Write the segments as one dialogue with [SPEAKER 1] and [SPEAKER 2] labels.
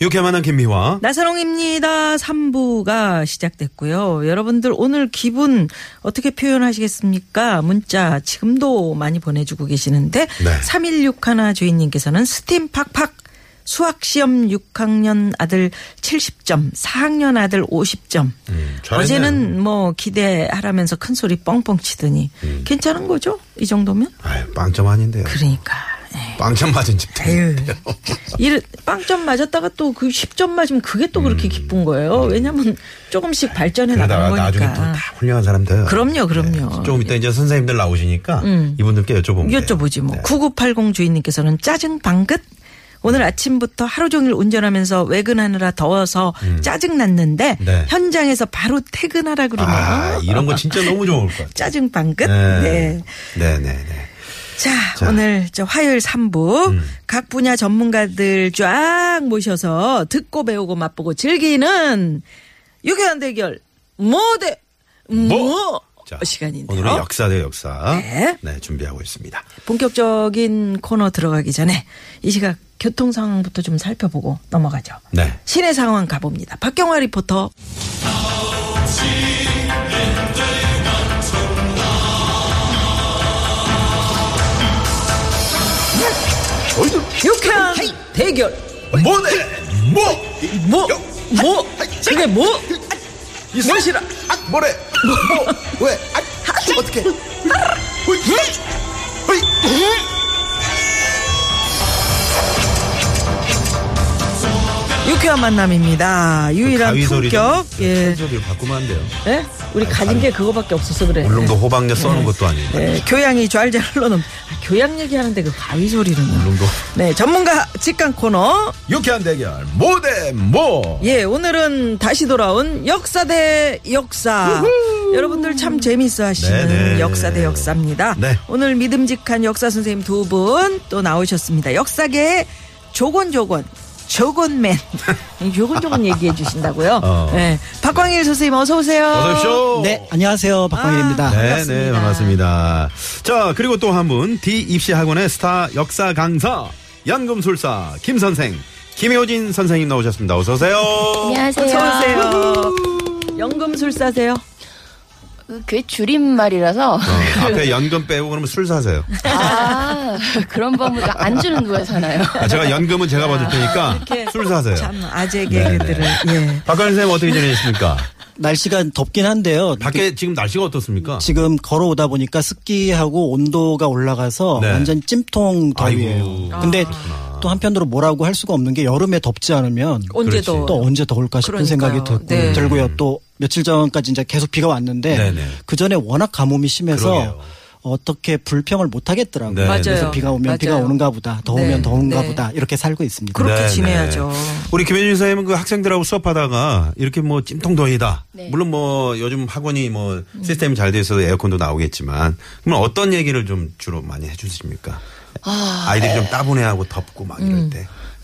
[SPEAKER 1] 유쾌만한 김미화.
[SPEAKER 2] 나사롱입니다. 3부가 시작됐고요. 여러분들 오늘 기분 어떻게 표현하시겠습니까? 문자 지금도 많이 보내주고 계시는데
[SPEAKER 1] 네.
[SPEAKER 2] 316 하나 주인님께서는 스팀 팍팍 수학시험 6학년 아들 70점, 4학년 아들 50점.
[SPEAKER 1] 음, 잘했네.
[SPEAKER 2] 어제는 뭐 기대하라면서 큰 소리 뻥뻥 치더니
[SPEAKER 1] 음.
[SPEAKER 2] 괜찮은 거죠? 이 정도면?
[SPEAKER 1] 아유, 빵점 아닌데요.
[SPEAKER 2] 그러니까. 예.
[SPEAKER 1] 빵점 맞은 집도
[SPEAKER 2] 에휴.
[SPEAKER 1] 있는데요.
[SPEAKER 2] 이를 빵점 맞았다가 또 그 10점 맞으면 그게 또 그렇게 기쁜 거예요. 왜냐면 조금씩 발전해
[SPEAKER 1] 음. 그러다가
[SPEAKER 2] 나가는
[SPEAKER 1] 나중에 또
[SPEAKER 2] 거니까.
[SPEAKER 1] 다 훌륭한 사람들.
[SPEAKER 2] 그럼요, 그럼요.
[SPEAKER 1] 조금 이따 이제 선생님들 나오시니까 이분들께 여쭤보면. 돼요.
[SPEAKER 2] 여쭤보지 뭐.
[SPEAKER 1] 네.
[SPEAKER 2] 9980 주인님께서는 짜증 방긋?
[SPEAKER 1] 음.
[SPEAKER 2] 오늘 아침부터 하루 종일 운전하면서 외근하느라 더워서 짜증 났는데
[SPEAKER 1] 음. 네.
[SPEAKER 2] 현장에서 바로 퇴근하라 그러네요.
[SPEAKER 1] 아, 이런 거 진짜 너무 좋을 것 같아요.
[SPEAKER 2] 짜증 방긋? 네.
[SPEAKER 1] 네, 네, 네.
[SPEAKER 2] 자, 오늘 저 화요일 3부
[SPEAKER 1] 음.
[SPEAKER 2] 각 분야 전문가들 쫙 모셔서 듣고 배우고 맛보고 즐기는 유쾌한 대결 모대 뭐,
[SPEAKER 1] 자,
[SPEAKER 2] 시간인데요.
[SPEAKER 1] 오늘은 역사 대 역사.
[SPEAKER 2] 네.
[SPEAKER 1] 준비하고 있습니다.
[SPEAKER 2] 본격적인 코너 들어가기 전에 이 시각 교통 상황부터 좀 살펴보고 넘어가죠.
[SPEAKER 1] 네.
[SPEAKER 2] 시내 상황 가봅니다. 박경화 리포터. 유쾌한 대결.
[SPEAKER 1] 뭐네? 뭐?
[SPEAKER 2] 뭐? 뭐? 그게 뭐? 무엇이라?
[SPEAKER 1] 아, 뭐래? 뭐? 왜? 아, 어떻게?
[SPEAKER 2] 유쾌한 만남입니다. 유일한
[SPEAKER 1] 그 가위 소리 좀
[SPEAKER 2] 품격. 예.
[SPEAKER 1] 소리를 바꾸면 안 돼요.
[SPEAKER 2] 예? 우리 가진 게 그거밖에 없어서 그래.
[SPEAKER 1] 울릉도 호박녀 써는 것도 아닌데.
[SPEAKER 2] 네, 교양이 좌절잘 흘러넘. 아, 교양 얘기하는데 그 가위 소리는.
[SPEAKER 1] 울릉도
[SPEAKER 2] 네, 전문가 직관 코너.
[SPEAKER 1] 유쾌한 대결 모대 모.
[SPEAKER 2] 예, 오늘은 다시 돌아온 역사 대 역사. 여러분들 참 재밌어 하시는
[SPEAKER 1] 네, 네.
[SPEAKER 2] 역사 대 역사입니다.
[SPEAKER 1] 네.
[SPEAKER 2] 오늘 믿음직한 역사 선생님 두 분 또 나오셨습니다. 역사계의 조곤조곤. 조곤맨. 조곤조곤 얘기해 주신다고요?
[SPEAKER 1] 어.
[SPEAKER 2] 네. 박광일 선생님 어서오세요.
[SPEAKER 1] 어서 오십시오.
[SPEAKER 3] 네, 안녕하세요. 박광일입니다.
[SPEAKER 2] 아.
[SPEAKER 1] 네, 네, 반갑습니다. 자, 그리고 또 한 분, D 입시학원의 스타 역사 강사, 연금술사, 김 선생, 김효진 선생님 나오셨습니다. 어서오세요.
[SPEAKER 2] 어서오세요. 연금술사세요?
[SPEAKER 4] 그게 줄임말이라서
[SPEAKER 1] 어, 앞에 연금 빼고 그러면 술 사세요.
[SPEAKER 4] 아 그런 법은 안 주는 누가 사나요?
[SPEAKER 1] 아, 제가 연금은 제가 받을 테니까
[SPEAKER 2] 이렇게
[SPEAKER 1] 술 사세요.
[SPEAKER 2] 네. 참,
[SPEAKER 1] 네,
[SPEAKER 2] 아재 개그들을.
[SPEAKER 1] 네.
[SPEAKER 2] 예.
[SPEAKER 1] 박관일 선생님 어떻게 지내셨습니까?
[SPEAKER 3] 날씨가 덥긴 한데요.
[SPEAKER 1] 밖에 지금 날씨가 어떻습니까?
[SPEAKER 3] 지금 걸어오다 보니까 습기하고 온도가 올라가서
[SPEAKER 1] 네.
[SPEAKER 3] 완전 찜통
[SPEAKER 1] 아이고.
[SPEAKER 3] 더위예요. 근데 또 한편으로 뭐라고 할 수가 없는 게 여름에 덥지 않으면
[SPEAKER 2] 언제 더?
[SPEAKER 3] 또 언제 더울까 싶은 생각이
[SPEAKER 2] 그러니까요.
[SPEAKER 3] 들,
[SPEAKER 2] 네.
[SPEAKER 3] 고요또 며칠 전까지 이제 계속 비가 왔는데
[SPEAKER 1] 음. 네네.
[SPEAKER 3] 그 전에 워낙 가뭄이 심해서
[SPEAKER 1] 그러게요.
[SPEAKER 3] 어떻게 불평을 못 하겠더라고요.
[SPEAKER 1] 네. 맞아요.
[SPEAKER 3] 그래서 비가 오면
[SPEAKER 2] 맞아요.
[SPEAKER 3] 비가 오는가 보다, 더우면
[SPEAKER 2] 네.
[SPEAKER 3] 더운가
[SPEAKER 2] 네.
[SPEAKER 3] 보다 이렇게 살고 있습니다.
[SPEAKER 2] 그렇게 지내야죠.
[SPEAKER 1] 우리 김현준 선생님은 그 학생들하고 수업하다가 이렇게 뭐 찜통더위다.
[SPEAKER 4] 네.
[SPEAKER 1] 물론 뭐 요즘 학원이 뭐 시스템이 잘 돼 있어서 에어컨도 나오겠지만 그러면 어떤 얘기를 좀 주로 많이 해주십니까? 아, 이들이좀 따분해하고 덥고 막
[SPEAKER 4] 음.
[SPEAKER 1] 이럴 때.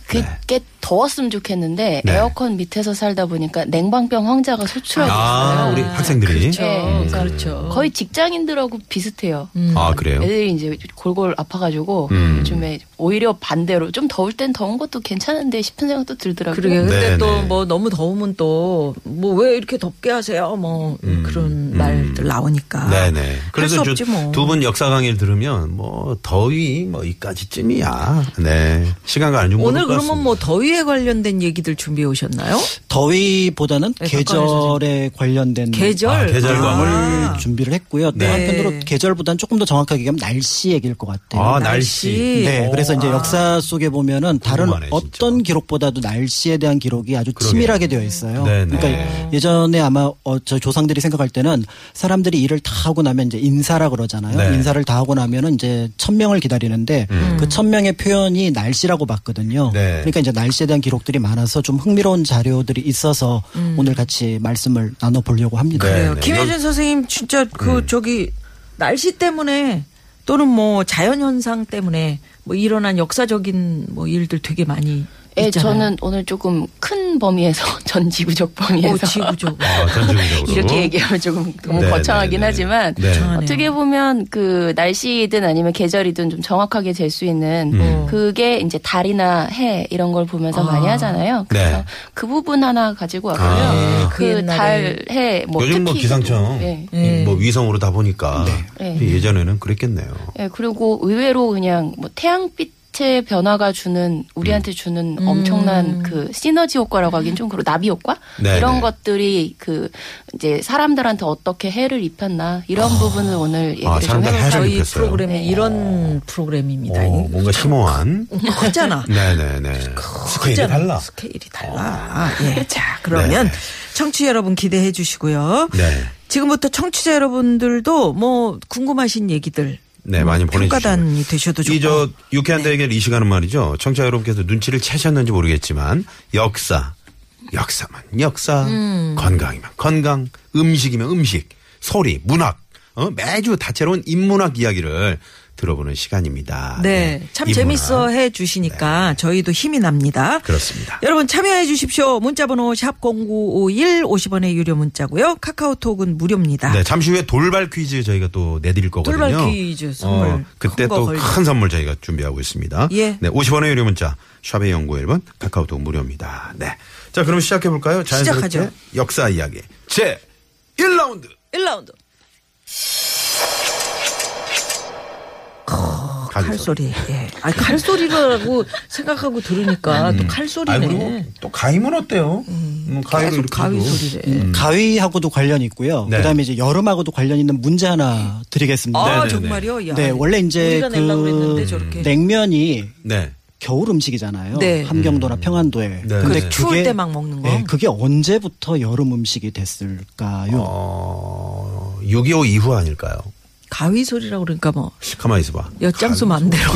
[SPEAKER 1] 네.
[SPEAKER 4] 그게 더웠으면 좋겠는데
[SPEAKER 1] 네.
[SPEAKER 4] 에어컨 밑에서 살다 보니까 냉방병 환자가 소출하고
[SPEAKER 1] 아,
[SPEAKER 4] 있어요.
[SPEAKER 1] 우리 학생들이.
[SPEAKER 4] 그렇죠.
[SPEAKER 1] 네.
[SPEAKER 4] 음.
[SPEAKER 2] 그렇죠.
[SPEAKER 4] 거의 직장인들하고 비슷해요.
[SPEAKER 1] 아, 그래요?
[SPEAKER 4] 애들이 이제 골골 아파가지고
[SPEAKER 1] 음.
[SPEAKER 4] 요즘에 오히려 반대로 좀 더울 땐 더운 것도 괜찮은데 싶은 생각도 들더라고요.
[SPEAKER 2] 그러게 근데
[SPEAKER 1] 네,
[SPEAKER 2] 또
[SPEAKER 1] 네.
[SPEAKER 2] 뭐 너무 더우면 또 뭐 왜 이렇게 덥게 하세요 뭐 그런 말들
[SPEAKER 1] 음.
[SPEAKER 2] 나오니까
[SPEAKER 1] 아, 네네.
[SPEAKER 2] 할수
[SPEAKER 1] 그래서
[SPEAKER 2] 없지 뭐.
[SPEAKER 1] 두 분 역사 강의를 들으면 뭐 더위 뭐 이까지쯤이야. 네. 시간과 안 좋은
[SPEAKER 2] 오늘 그러면 뭐 더위에 관련된 얘기들 준비해 오셨나요?
[SPEAKER 3] 더위보다는
[SPEAKER 2] 네,
[SPEAKER 3] 계절에 관련된
[SPEAKER 2] 계절
[SPEAKER 1] 아, 계절과
[SPEAKER 3] 을
[SPEAKER 2] 아.
[SPEAKER 3] 음, 준비를 했고요. 또
[SPEAKER 1] 네.
[SPEAKER 3] 한편으로 계절보다는 조금 더 정확하게 얘기하면 날씨 얘기일 것 같아요.
[SPEAKER 1] 아, 날씨.
[SPEAKER 3] 네, 그래서
[SPEAKER 1] 아.
[SPEAKER 3] 이제 역사 속에 보면은 다른
[SPEAKER 1] 궁금하네,
[SPEAKER 3] 어떤
[SPEAKER 1] 진짜.
[SPEAKER 3] 기록보다도 날씨에 대한 기록이 아주
[SPEAKER 1] 그러게요.
[SPEAKER 3] 치밀하게 되어 있어요.
[SPEAKER 1] 네, 네.
[SPEAKER 3] 그러니까 예전에 아마 어, 저 조상들이 생각할 때는 사람들이 일을 다 하고 나면 이제 인사라 그러잖아요.
[SPEAKER 1] 네. 음.
[SPEAKER 3] 인사를 다 하고 나면은 이제 천명을 기다리는데 그 천명의 표현이 날씨라고 봤거든요.
[SPEAKER 1] 네. 네.
[SPEAKER 3] 그러니까 이제 날씨에 대한 기록들이 많아서 좀 흥미로운 자료들이 있어서 오늘 같이 말씀을 나눠 보려고 합니다.
[SPEAKER 1] 네. 음.
[SPEAKER 2] 그래요. 김효준 선생님 진짜 그 저기 날씨 때문에 또는 뭐 자연 현상 때문에 뭐 일어난 역사적인 뭐 일들 되게 많이
[SPEAKER 4] 예,
[SPEAKER 2] 있잖아요.
[SPEAKER 4] 저는 오늘 조금 큰 범위에서 전 지구적
[SPEAKER 2] 어,
[SPEAKER 4] 범위에서
[SPEAKER 2] 지구적.
[SPEAKER 1] 아, 전체적으로.
[SPEAKER 4] 이렇게 얘기하면 조금 너무
[SPEAKER 1] 네,
[SPEAKER 4] 거창하긴
[SPEAKER 1] 네, 네.
[SPEAKER 4] 하지만
[SPEAKER 1] 네.
[SPEAKER 2] 거창하네요.
[SPEAKER 4] 어떻게 보면 그 날씨든 아니면 계절이든 좀 정확하게 잴 수 있는
[SPEAKER 1] 음.
[SPEAKER 4] 그게 이제 달이나 해 이런 걸 보면서
[SPEAKER 2] 아.
[SPEAKER 4] 많이 하잖아요. 그래서
[SPEAKER 1] 네.
[SPEAKER 4] 그 부분 하나 가지고 왔고요.
[SPEAKER 1] 아.
[SPEAKER 2] 그 옛날에.
[SPEAKER 4] 그달해뭐
[SPEAKER 1] 요즘 뭐 기상청
[SPEAKER 4] 예.
[SPEAKER 2] 네.
[SPEAKER 1] 뭐 위성으로 다 보니까 그
[SPEAKER 4] 네.
[SPEAKER 1] 예전에는 그랬겠네요.
[SPEAKER 4] 예, 그리고 의외로 그냥 뭐 태양빛의 변화가 주는
[SPEAKER 1] 음.
[SPEAKER 4] 우리한테 주는
[SPEAKER 2] 음.
[SPEAKER 4] 엄청난 그 시너지 효과라고 하긴 좀 그렇고 나비 효과
[SPEAKER 1] 네,
[SPEAKER 4] 이런
[SPEAKER 1] 네.
[SPEAKER 4] 것들이 그 이제 사람들한테 어떻게 해를 입혔나 이런 부분을 오늘 얘기를
[SPEAKER 1] 아,
[SPEAKER 4] 좀
[SPEAKER 1] 사람들
[SPEAKER 4] 해볼까
[SPEAKER 1] 해를
[SPEAKER 2] 저희
[SPEAKER 1] 입혔어요.
[SPEAKER 2] 프로그램이
[SPEAKER 4] 네.
[SPEAKER 2] 이런 프로그램입니다. 어,
[SPEAKER 1] 어, 뭔가 심오한.
[SPEAKER 2] 컸잖아.
[SPEAKER 1] 네네네. 스케일이
[SPEAKER 2] 크잖아.
[SPEAKER 1] 달라. 어.
[SPEAKER 2] 스케일이 달라. 예. 자, 그러면
[SPEAKER 1] 네.
[SPEAKER 2] 청취자 여러분 기대해 주시고요.
[SPEAKER 1] 네.
[SPEAKER 2] 지금부터 청취자 여러분들도 뭐 궁금하신 얘기들 뭐
[SPEAKER 1] 네, 많이 보내주시고요.
[SPEAKER 2] 평가단이 되셔도 좋고.
[SPEAKER 1] 이 저 유쾌한
[SPEAKER 2] 네.
[SPEAKER 1] 대결 이 시간은 말이죠. 청취자 여러분께서 눈치를 채셨는지 모르겠지만 역사, 역사만 역사,
[SPEAKER 2] 음.
[SPEAKER 1] 건강이면 건강, 음식이면 음식, 소리, 문학, 어? 매주 다채로운 인문학 이야기를 들어보는 시간입니다.
[SPEAKER 2] 네. 참
[SPEAKER 1] 인문학.
[SPEAKER 2] 재밌어 해 주시니까 저희도 힘이 납니다.
[SPEAKER 1] 네. 그렇습니다.
[SPEAKER 2] 여러분 참여해 주십시오. 문자번호 샵0951 50원의 유료 문자고요. 카카오톡은 무료입니다.
[SPEAKER 1] 네, 잠시 후에 돌발 퀴즈 저희가 또 내드릴 거거든요.
[SPEAKER 2] 아. 돌발 퀴즈 선물
[SPEAKER 1] 어, 그때
[SPEAKER 2] 큰거
[SPEAKER 1] 또
[SPEAKER 2] 걸고.
[SPEAKER 1] 큰 선물 저희가 준비하고 있습니다.
[SPEAKER 2] 예.
[SPEAKER 1] 네, 50원의 유료 문자 샵의 연구 1번 카카오톡 무료입니다. 네. 자, 그럼 시작해 볼까요? 자연스럽게
[SPEAKER 2] 시작하죠.
[SPEAKER 1] 역사 이야기. 제 1라운드.
[SPEAKER 2] 1라운드. 어, 칼소리. 예. 아, 칼소리라고 생각하고 들으니까
[SPEAKER 1] 음.
[SPEAKER 2] 또 칼소리네.
[SPEAKER 1] 또 가임은 어때요? 음, 가위로
[SPEAKER 2] 계속
[SPEAKER 1] 이렇게
[SPEAKER 2] 가위
[SPEAKER 1] 해도. 음.
[SPEAKER 2] 소리래.
[SPEAKER 3] 예, 가위하고도 관련 있고요.
[SPEAKER 1] 네.
[SPEAKER 3] 그다음에 이제 여름하고도 관련 있는 문제 하나 드리겠습니다.
[SPEAKER 2] 아,
[SPEAKER 1] 네네네.
[SPEAKER 2] 정말요? 야,
[SPEAKER 3] 네, 원래 이제
[SPEAKER 2] 우리가
[SPEAKER 3] 그
[SPEAKER 2] 내려고 그랬는데 저렇게.
[SPEAKER 3] 냉면이
[SPEAKER 1] 네.
[SPEAKER 3] 겨울 음식이잖아요.
[SPEAKER 2] 네.
[SPEAKER 3] 함경도나 평안도에.
[SPEAKER 1] 그렇죠.
[SPEAKER 2] 추울 때막 먹는 거.
[SPEAKER 3] 네, 그게 언제부터 여름 음식이 됐을까요?
[SPEAKER 1] 어, 6.25 이후 아닐까요?
[SPEAKER 2] 가위 소리라고 그러니까 뭐
[SPEAKER 1] 가만히 있어 봐.
[SPEAKER 2] 엿장수 맘대로.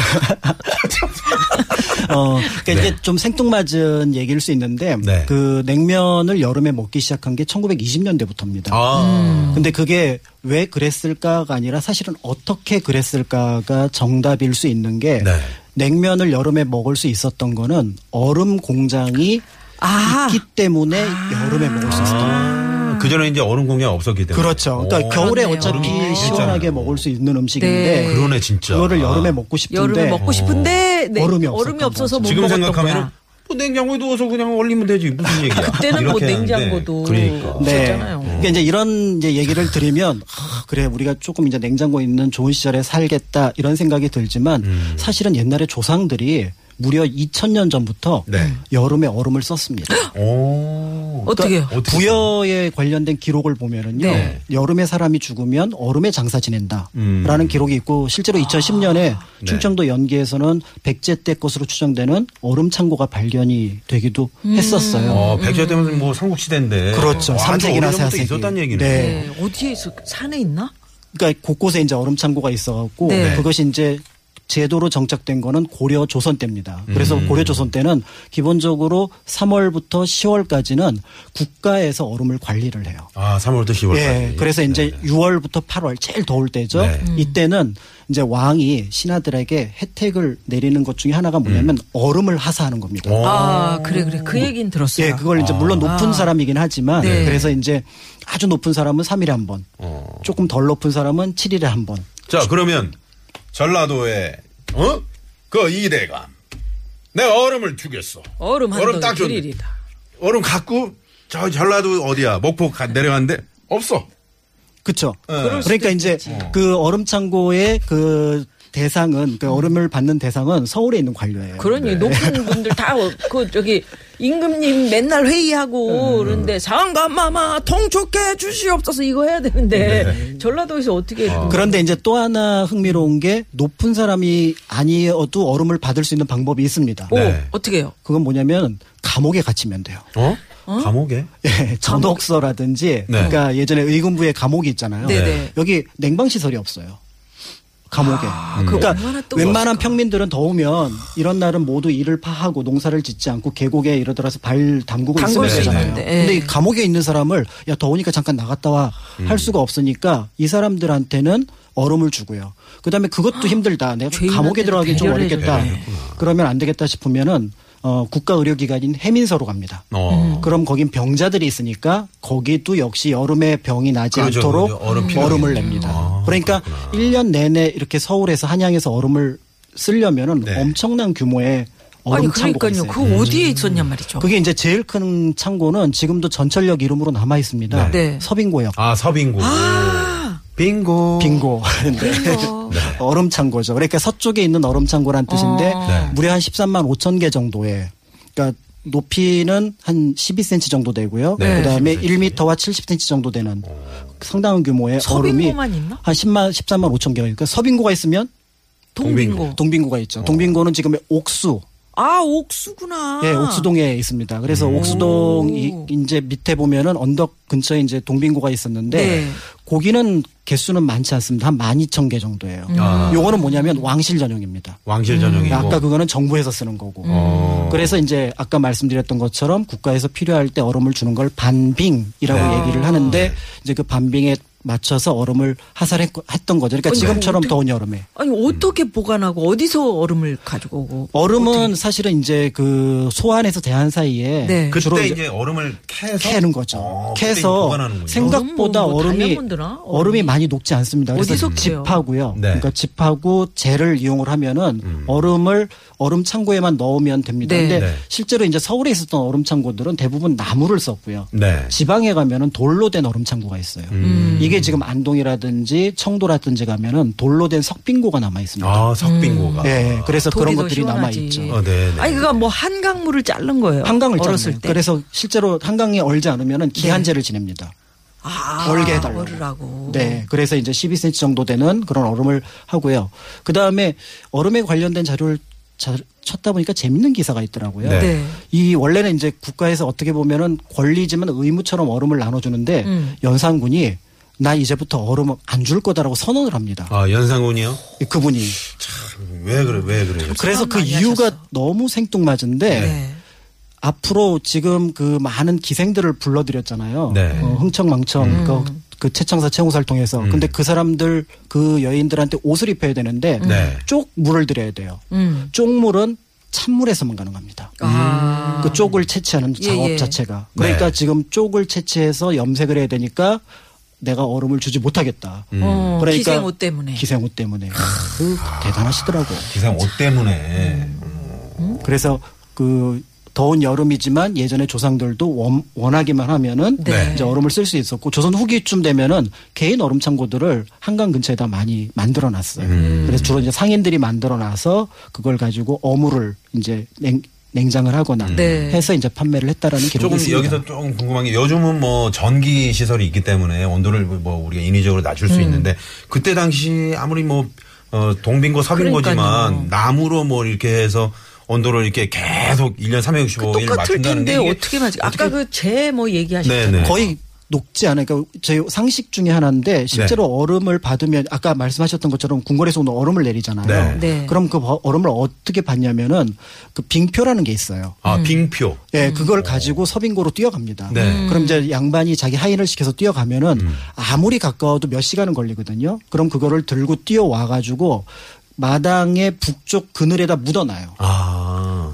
[SPEAKER 3] 어, 그러니까
[SPEAKER 2] 네.
[SPEAKER 3] 이제 좀 생뚱맞은 얘기일 수 있는데
[SPEAKER 1] 네.
[SPEAKER 3] 그 냉면을 여름에 먹기 시작한 게 1920년대부터입니다.
[SPEAKER 1] 아.
[SPEAKER 2] 음.
[SPEAKER 3] 근데 그게 왜 그랬을까가 아니라 사실은 어떻게 그랬을까가 정답일 수 있는 게
[SPEAKER 1] 네.
[SPEAKER 3] 냉면을 여름에 먹을 수 있었던 거는 얼음 공장이
[SPEAKER 2] 아.
[SPEAKER 3] 있기 때문에 여름에 먹을 수 있었던 거예요.
[SPEAKER 1] 아, 그전에 이제 얼음 공략 없었기 때문에.
[SPEAKER 3] 그렇죠.
[SPEAKER 1] 오.
[SPEAKER 3] 그러니까 겨울에
[SPEAKER 2] 그렇네요.
[SPEAKER 3] 어차피
[SPEAKER 2] 그렇네요.
[SPEAKER 3] 시원하게 먹을 수 있는 음식인데
[SPEAKER 2] 네.
[SPEAKER 1] 그러네, 진짜. 아.
[SPEAKER 3] 그거를 여름에 먹고 싶은데
[SPEAKER 2] 여름에 먹고 싶은데 네,
[SPEAKER 3] 얼음이 없었던
[SPEAKER 2] 없어서
[SPEAKER 3] 거죠.
[SPEAKER 2] 못
[SPEAKER 1] 어. 지금
[SPEAKER 2] 먹었던
[SPEAKER 1] 생각하면
[SPEAKER 2] 거야.
[SPEAKER 1] 뭐 냉장고에 넣어서 그냥 얼리면 되지 무슨 얘기야?
[SPEAKER 2] 그때는 뭐
[SPEAKER 1] 이렇게 하는데.
[SPEAKER 2] 냉장고도
[SPEAKER 1] 그러니까
[SPEAKER 3] 네.
[SPEAKER 2] 없었잖아요.
[SPEAKER 3] 그러니까 이제 이런 이제 얘기를 들으면 아, 그래 우리가 조금 이제 냉장고에 있는 좋은 시절에 살겠다 이런 생각이 들지만
[SPEAKER 1] 음.
[SPEAKER 3] 사실은 옛날에 조상들이 무려 2000년 전부터
[SPEAKER 1] 네.
[SPEAKER 3] 여름에 얼음을 썼습니다.
[SPEAKER 1] 오.
[SPEAKER 2] 어떻게요?
[SPEAKER 1] 어떻게
[SPEAKER 3] 부여에 관련된 기록을 보면은요.
[SPEAKER 2] 네.
[SPEAKER 3] 여름에 사람이 죽으면 얼음에 장사 지낸다.
[SPEAKER 1] 음. 아, 네.
[SPEAKER 3] 라는 기록이 있고 실제로 2010년에 충청도 연계에서는 백제 때 것으로 추정되는 얼음 창고가 발견이 되기도
[SPEAKER 2] 음.
[SPEAKER 3] 했었어요.
[SPEAKER 1] 어, 백제 때문에 뭐 삼국 시대인데.
[SPEAKER 3] 그렇죠.
[SPEAKER 1] 와, 아주
[SPEAKER 3] 삼색이나
[SPEAKER 1] 오래전부터
[SPEAKER 3] 사색이.
[SPEAKER 1] 있었단 얘기네.
[SPEAKER 3] 네.
[SPEAKER 2] 네. 어디에 있어? 산에 있나?
[SPEAKER 3] 그러니까 곳곳에 이제 얼음 창고가 있어갖고
[SPEAKER 2] 네.
[SPEAKER 3] 그것이 이제 제도로 정착된 거는 고려 조선 때입니다. 그래서
[SPEAKER 1] 음.
[SPEAKER 3] 고려 조선 때는 기본적으로 3월부터 10월까지는 국가에서 얼음을 관리를 해요.
[SPEAKER 1] 아, 3월부터 10월까지.
[SPEAKER 3] 예, 그래서 이제 6월부터 8월 제일 더울 때죠.
[SPEAKER 1] 네.
[SPEAKER 3] 이때는 이제 왕이 신하들에게 혜택을 내리는 것 중에 하나가 뭐냐면 얼음을 어. 하사하는 겁니다.
[SPEAKER 1] 오.
[SPEAKER 2] 아, 그래 그래.
[SPEAKER 1] 뭐.
[SPEAKER 2] 그 얘기는 들었어요.
[SPEAKER 3] 예, 그걸 이제 물론 높은 사람이긴 하지만
[SPEAKER 2] 네.
[SPEAKER 3] 그래서 이제 아주 높은 사람은 3일에 한 번,
[SPEAKER 1] 어.
[SPEAKER 3] 조금 덜 높은 사람은 7일에 한 번.
[SPEAKER 1] 자, 그러면 전라도에 어? 그 이대감. 내가 얼음을 주겠어.
[SPEAKER 2] 얼음
[SPEAKER 1] 얼음 딱
[SPEAKER 2] 한덩
[SPEAKER 1] 줬네.
[SPEAKER 2] 일일이다.
[SPEAKER 1] 얼음 갖고 저 전라도 어디야? 목포 가- 내려갔는데 없어.
[SPEAKER 3] 그렇죠.
[SPEAKER 1] 그럴
[SPEAKER 3] 그러니까 이제 그 얼음 창고의 그 대상은 그 얼음을 받는 대상은 서울에 있는 관료예요.
[SPEAKER 2] 그러니 높은 분들 다 그 저기 임금님 맨날
[SPEAKER 3] 음.
[SPEAKER 2] 회의하고 그런데 상감마마 통촉해 주시옵소서 이거 해야 되는데
[SPEAKER 3] 네.
[SPEAKER 2] 전라도에서 어떻게
[SPEAKER 3] 그런데 이제 또 하나 흥미로운 게 높은 사람이 아니어도 얼음을 받을 수 있는 방법이 있습니다.
[SPEAKER 2] 오
[SPEAKER 1] 네.
[SPEAKER 2] 어떻게 해요?
[SPEAKER 3] 그건 뭐냐면 감옥에 갇히면 돼요.
[SPEAKER 1] 어? 감옥에?
[SPEAKER 3] 예, 전옥서라든지
[SPEAKER 1] 네.
[SPEAKER 3] 그러니까 예전에 의군부에 감옥이 있잖아요.
[SPEAKER 2] 네, 네네.
[SPEAKER 3] 여기 냉방 시설이 없어요. 감옥에.
[SPEAKER 2] 아,
[SPEAKER 3] 그러니까
[SPEAKER 2] 얼마나 뜨거웠을까.
[SPEAKER 3] 웬만한 평민들은 더우면 이런 날은 모두 일을 파하고 농사를 짓지 않고 계곡에 이러 들어서 발 담그고
[SPEAKER 2] 담글
[SPEAKER 3] 있으면
[SPEAKER 1] 수
[SPEAKER 3] 되잖아요.
[SPEAKER 2] 있는데, 예.
[SPEAKER 3] 근데 이 감옥에 있는 사람을 야 더우니까 잠깐 나갔다 와 할 수가 없으니까 이 사람들한테는 얼음을 주고요. 그다음에 그것도 힘들다. 내가 감옥에
[SPEAKER 2] 아, 죄인한테는
[SPEAKER 3] 들어가기 좀
[SPEAKER 2] 배려를
[SPEAKER 1] 네.
[SPEAKER 3] 어렵겠다.
[SPEAKER 2] 해줘야
[SPEAKER 3] 그러면 안 되겠다 싶으면은 어, 국가 의료기관인 해민서로 갑니다.
[SPEAKER 1] 어.
[SPEAKER 3] 그럼 거긴 병자들이 있으니까 거기도 역시 여름에 병이 나지
[SPEAKER 1] 그러죠,
[SPEAKER 3] 않도록
[SPEAKER 1] 그러죠. 얼음 필요하겠네.
[SPEAKER 3] 얼음을 냅니다.
[SPEAKER 1] 아,
[SPEAKER 3] 그러니까
[SPEAKER 1] 그렇구나.
[SPEAKER 3] 일 년 내내 이렇게 서울에서 한양에서 얼음을 쓰려면은
[SPEAKER 1] 네.
[SPEAKER 3] 엄청난 규모의 얼음
[SPEAKER 2] 아니
[SPEAKER 3] 창고가
[SPEAKER 2] 그러니까요.
[SPEAKER 3] 있어요. 음.
[SPEAKER 2] 그거 어디에 있었냔 말이죠.
[SPEAKER 3] 그게 이제 제일 큰 창고는 지금도 전철역 이름으로 남아
[SPEAKER 2] 네.
[SPEAKER 3] 있습니다.
[SPEAKER 2] 네.
[SPEAKER 3] 서빙고역.
[SPEAKER 1] 아, 서빙고.
[SPEAKER 2] 어.
[SPEAKER 1] 빙고.
[SPEAKER 3] 빙고. 네. 얼음 창고죠. 그러니까 서쪽에 있는 얼음 창고란 뜻인데
[SPEAKER 2] 어.
[SPEAKER 1] 네.
[SPEAKER 3] 무려 한 13만 5천 개 정도에 그러니까 높이는 한 12cm 정도 되고요.
[SPEAKER 1] 네. 어.
[SPEAKER 3] 그다음에
[SPEAKER 1] 12cm.
[SPEAKER 3] 1m와 70cm 정도 되는 상당한 규모의 네, 얼음이
[SPEAKER 2] 서빙고만 있나?
[SPEAKER 3] 한 10만 13만 5천 개가 있고 그러니까 서빙고가 있으면
[SPEAKER 1] 동빙고.
[SPEAKER 2] 동빙고.
[SPEAKER 3] 동빙고가
[SPEAKER 1] 어.
[SPEAKER 3] 있죠. 동빙고는 지금의 옥수
[SPEAKER 2] 아 옥수구나.
[SPEAKER 3] 예, 옥수동에 있습니다. 그래서
[SPEAKER 1] 음.
[SPEAKER 3] 옥수동 이, 이제 밑에 보면은 언덕 근처에 이제 동빙고가 있었는데
[SPEAKER 2] 네.
[SPEAKER 3] 고기는 개수는 많지 않습니다. 한 12,000개 정도예요.
[SPEAKER 1] 아.
[SPEAKER 3] 요거는 뭐냐면 왕실 전용입니다.
[SPEAKER 2] 음,
[SPEAKER 1] 왕실 전용이고.
[SPEAKER 3] 아까 그거는 정부에서 쓰는 거고.
[SPEAKER 1] 어.
[SPEAKER 3] 그래서 이제 아까 말씀드렸던 것처럼 국가에서 필요할 때 얼음을 주는 걸 반빙이라고
[SPEAKER 1] 네.
[SPEAKER 3] 얘기를 하는데 이제 그 반빙에 맞춰서 얼음을 하살했던 거죠. 그러니까
[SPEAKER 2] 아니,
[SPEAKER 3] 지금처럼
[SPEAKER 2] 어떻게-
[SPEAKER 3] 더운 여름에.
[SPEAKER 2] 아니 어떻게 보관하고 어디서 얼음을 가지고 오고?
[SPEAKER 3] 얼음은 사실은 이제 그 소환해서 대한 사이에
[SPEAKER 2] 네.
[SPEAKER 1] 그때
[SPEAKER 3] 주로
[SPEAKER 1] 이제 얼음을 캐서
[SPEAKER 3] 캐는 거죠.
[SPEAKER 1] 어, 그때 이거
[SPEAKER 3] 캐서
[SPEAKER 1] 보관하는군요.
[SPEAKER 3] 생각보다
[SPEAKER 2] 얼음 뭐
[SPEAKER 3] 얼음이
[SPEAKER 2] 다이아몬드나?
[SPEAKER 3] 얼음이 많이 녹지 않습니다. 그래서
[SPEAKER 2] 어디서 캐요?
[SPEAKER 3] 집하고요.
[SPEAKER 1] 네.
[SPEAKER 3] 그러니까 집하고 재를 이용을 하면은 얼음을 얼음 창고에만 넣으면 됩니다.
[SPEAKER 2] 네.
[SPEAKER 3] 근데
[SPEAKER 1] 네.
[SPEAKER 3] 실제로 이제 서울에 있었던 얼음 창고들은 대부분 나무를 썼고요.
[SPEAKER 1] 네.
[SPEAKER 3] 지방에 가면은 돌로 된 얼음 창고가 있어요. 이게 지금 안동이라든지 청도라든지 가면은 돌로 된 석빙고가 남아 있습니다.
[SPEAKER 1] 아, 석빙고가.
[SPEAKER 3] 예, 그래서
[SPEAKER 2] 돌이
[SPEAKER 3] 그런
[SPEAKER 2] 더
[SPEAKER 3] 것들이 남아
[SPEAKER 2] 시원하지.
[SPEAKER 3] 있죠.
[SPEAKER 1] 어, 네, 네.
[SPEAKER 2] 음. 아니 그가 뭐 한강물을 자른 거예요.
[SPEAKER 3] 한강을
[SPEAKER 2] 얼었을
[SPEAKER 3] 짰네요.
[SPEAKER 2] 때.
[SPEAKER 3] 그래서 실제로 한강이 얼지 않으면은 기한제를 지냅니다.
[SPEAKER 2] 아,
[SPEAKER 3] 얼게 해달라고.
[SPEAKER 2] 얼으라고.
[SPEAKER 3] 네, 그래서 이제 12cm 정도 되는 그런 얼음을 하고요. 그 다음에 얼음에 관련된 자료를 자- 찾다 보니까 재밌는 기사가 있더라고요.
[SPEAKER 1] 네.
[SPEAKER 2] 네.
[SPEAKER 3] 이 원래는 이제 국가에서 어떻게 보면은 권리지만 의무처럼 얼음을 나눠주는데 연산군이 나 이제부터 얼음 안 줄 거다라고 선언을 합니다.
[SPEAKER 1] 아, 연상군이요?
[SPEAKER 3] 그분이.
[SPEAKER 1] 왜 그래, 왜 그래.
[SPEAKER 3] 그래서 그
[SPEAKER 2] 많이
[SPEAKER 3] 이유가
[SPEAKER 2] 하셨어.
[SPEAKER 3] 너무 생뚱맞은데
[SPEAKER 2] 네.
[SPEAKER 3] 앞으로 지금 그 많은 기생들을 불러들였잖아요.
[SPEAKER 1] 네.
[SPEAKER 3] 어, 흥청망청
[SPEAKER 2] 음.
[SPEAKER 3] 그, 그 채청사 채공사를 통해서.
[SPEAKER 1] 음.
[SPEAKER 3] 근데 그 사람들 그 여인들한테 옷을 입혀야 되는데
[SPEAKER 1] 네.
[SPEAKER 3] 쪽 물을 들여야 돼요.
[SPEAKER 2] 음.
[SPEAKER 3] 쪽물은 찬물에서만 가능합니다.
[SPEAKER 2] 아.
[SPEAKER 3] 음, 그 쪽을 채취하는
[SPEAKER 2] 예,
[SPEAKER 3] 작업
[SPEAKER 2] 예.
[SPEAKER 3] 자체가
[SPEAKER 1] 네.
[SPEAKER 3] 그러니까 지금 쪽을 채취해서 염색을 해야 되니까 내가 얼음을 주지 못하겠다. 그러니까
[SPEAKER 2] 어, 기생옷 때문에.
[SPEAKER 3] 기생옷 때문에 그
[SPEAKER 1] 아.
[SPEAKER 3] 대단하시더라고. 요
[SPEAKER 1] 기상 옷 때문에.
[SPEAKER 2] 음.
[SPEAKER 3] 그래서 그 더운 여름이지만 예전에 조상들도 원, 원하기만 하면은
[SPEAKER 2] 네.
[SPEAKER 3] 이제 얼음을 쓸 수 있었고 조선 후기쯤 되면은 개인 얼음 창고들을 한강 근처에다 많이 만들어 놨어요.
[SPEAKER 2] 음.
[SPEAKER 3] 그래서 주로 이제 상인들이 만들어 놔서 그걸 가지고 어물을 이제 냉, 냉장을 하거나
[SPEAKER 2] 네.
[SPEAKER 3] 해서 이제 판매를 했다라는 기록이
[SPEAKER 1] 조금
[SPEAKER 3] 있습니다.
[SPEAKER 1] 여기서 조금 궁금한 게 요즘은 뭐 전기 시설이 있기 때문에 온도를 뭐 우리가 인위적으로 낮출 수
[SPEAKER 2] 음.
[SPEAKER 1] 있는데 그때 당시 아무리 뭐 어, 동빙고
[SPEAKER 2] 그러니까요.
[SPEAKER 1] 서빙고지만 나무로 뭐 이렇게 해서 온도를 이렇게 계속 1년 365일
[SPEAKER 2] 그 똑같을
[SPEAKER 1] 맞춘다는
[SPEAKER 2] 텐데
[SPEAKER 1] 게 이게
[SPEAKER 2] 어떻게 맞지? 아까 그 재 뭐 얘기하셨잖아요.
[SPEAKER 1] 네네.
[SPEAKER 3] 거의 녹지 않아요. 그러니까 저희 상식 중에 하나인데 실제로
[SPEAKER 1] 네.
[SPEAKER 3] 얼음을 받으면 아까 말씀하셨던 것처럼 궁궐에서 오는 얼음을 내리잖아요.
[SPEAKER 1] 네.
[SPEAKER 2] 네.
[SPEAKER 3] 그럼 그 버- 얼음을 어떻게 받냐면은 그 빙표라는 게 있어요.
[SPEAKER 1] 아
[SPEAKER 2] 음.
[SPEAKER 1] 빙표
[SPEAKER 3] 예, 그걸 가지고 서빙고로 뛰어갑니다.
[SPEAKER 1] 네. 음.
[SPEAKER 3] 그럼 이제 양반이 자기 하인을 시켜서 뛰어가면은 아무리 가까워도 몇 시간은 걸리거든요. 그럼 그거를 들고 뛰어와 가지고 마당의 북쪽 그늘에다 묻어놔요.
[SPEAKER 1] 아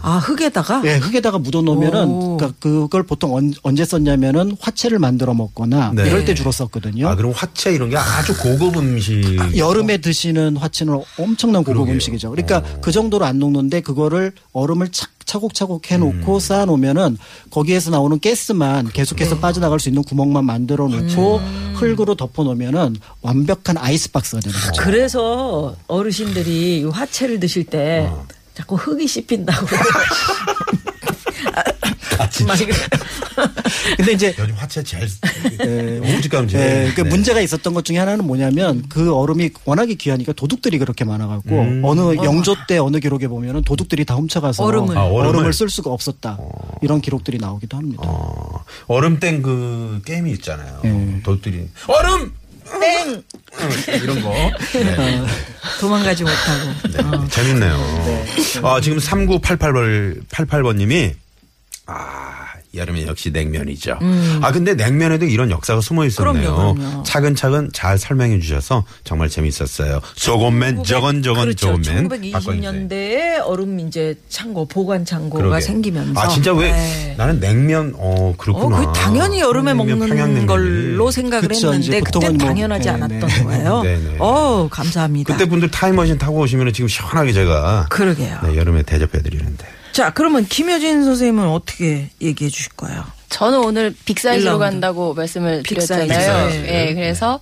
[SPEAKER 2] 아 흙에다가
[SPEAKER 3] 예, 흙에다가 묻어놓으면은
[SPEAKER 2] 오.
[SPEAKER 3] 그러니까 그걸 보통 언, 제 썼냐면은 화채를 만들어 먹거나
[SPEAKER 1] 네.
[SPEAKER 3] 이럴 때 주로 썼거든요.
[SPEAKER 1] 아, 그럼 화채 이런 게 아주 고급 음식.
[SPEAKER 3] 여름에 드시는 화채는 엄청난 고급
[SPEAKER 1] 그러게요. 어.
[SPEAKER 3] 음식이죠. 그러니까 그 정도로 안 녹는데 그거를 얼음을 착 차곡차곡
[SPEAKER 1] 음.
[SPEAKER 3] 해놓고 쌓아놓으면은 거기에서 나오는 가스만 계속해서 빠져나갈 수 있는 구멍만 만들어 놓고 흙으로 덮어놓으면은 완벽한 아이스박스가 되는 거죠.
[SPEAKER 2] 그래서 어르신들이 이 화채를 드실 때
[SPEAKER 1] 어.
[SPEAKER 2] 자꾸 흙이 씹힌다고.
[SPEAKER 1] 아, 진짜.
[SPEAKER 2] 막 이래.
[SPEAKER 3] 근데 이제
[SPEAKER 1] 요즘 화채 제일 오직감 제일. 네.
[SPEAKER 3] 예, 그 문제가 있었던 것 중에 하나는 뭐냐면 그 얼음이 워낙에 귀하니까 도둑들이 그렇게 많아갖고
[SPEAKER 1] 음.
[SPEAKER 3] 어느 영조 때 어느 기록에 보면은 도둑들이 다 훔쳐가서
[SPEAKER 2] 얼음을.
[SPEAKER 1] 아, 얼음을. 아.
[SPEAKER 3] 쓸 수가 없었다 이런 기록들이 나오기도 합니다. 네.
[SPEAKER 1] 어, 얼음땡 그 게임이 있잖아요. 도둑들이 얼음
[SPEAKER 2] 땡.
[SPEAKER 1] 이런 거.
[SPEAKER 3] 아,
[SPEAKER 1] 네.
[SPEAKER 2] 도망가지 못하고. 어.
[SPEAKER 1] 재밌네요. 아, 지금 3988번, 88번님이, 아, 여름엔 역시 냉면이죠. 아, 근데 냉면에도 이런 역사가 숨어 있었네요.
[SPEAKER 2] 음. 그럼요, 그럼요.
[SPEAKER 1] 차근차근 잘 설명해 주셔서 정말 재밌었어요. 저건맨, 저건, 저건,
[SPEAKER 2] 그렇죠.
[SPEAKER 1] 저건맨. 바꿔주세요.
[SPEAKER 2] 1920년대에 얼음 이제 창고 보관 창고가
[SPEAKER 1] 그러게.
[SPEAKER 2] 생기면서
[SPEAKER 1] 아, 진짜 왜
[SPEAKER 2] 네.
[SPEAKER 1] 나는 냉면, 어,
[SPEAKER 2] 어,
[SPEAKER 1] 그렇구나.
[SPEAKER 2] 그 당연히 여름에
[SPEAKER 1] 평양냉면,
[SPEAKER 2] 먹는
[SPEAKER 1] 평양냉면이.
[SPEAKER 2] 걸로 생각을
[SPEAKER 3] 그쵸,
[SPEAKER 2] 했는데
[SPEAKER 3] 이제
[SPEAKER 2] 그때는
[SPEAKER 3] 보통은 뭐-
[SPEAKER 2] 당연하지
[SPEAKER 3] 네,
[SPEAKER 2] 않았던
[SPEAKER 3] 네.
[SPEAKER 2] 거예요.
[SPEAKER 1] 네, 네.
[SPEAKER 2] 어, 감사합니다.
[SPEAKER 1] 그때 분들 타임머신 타고 오시면 지금 시원하게 제가
[SPEAKER 2] 그러게요.
[SPEAKER 1] 네, 여름에 대접해 드리는데.
[SPEAKER 2] 자, 그러면 김효진 선생님은 어떻게 얘기해 주실 거예요?
[SPEAKER 4] 저는 오늘 빅사이즈로
[SPEAKER 2] 일라운드.
[SPEAKER 4] 간다고 말씀을
[SPEAKER 2] 빅사이즈. 네.
[SPEAKER 4] 드렸잖아요.
[SPEAKER 1] 빅사이즈.
[SPEAKER 4] 예, 그래서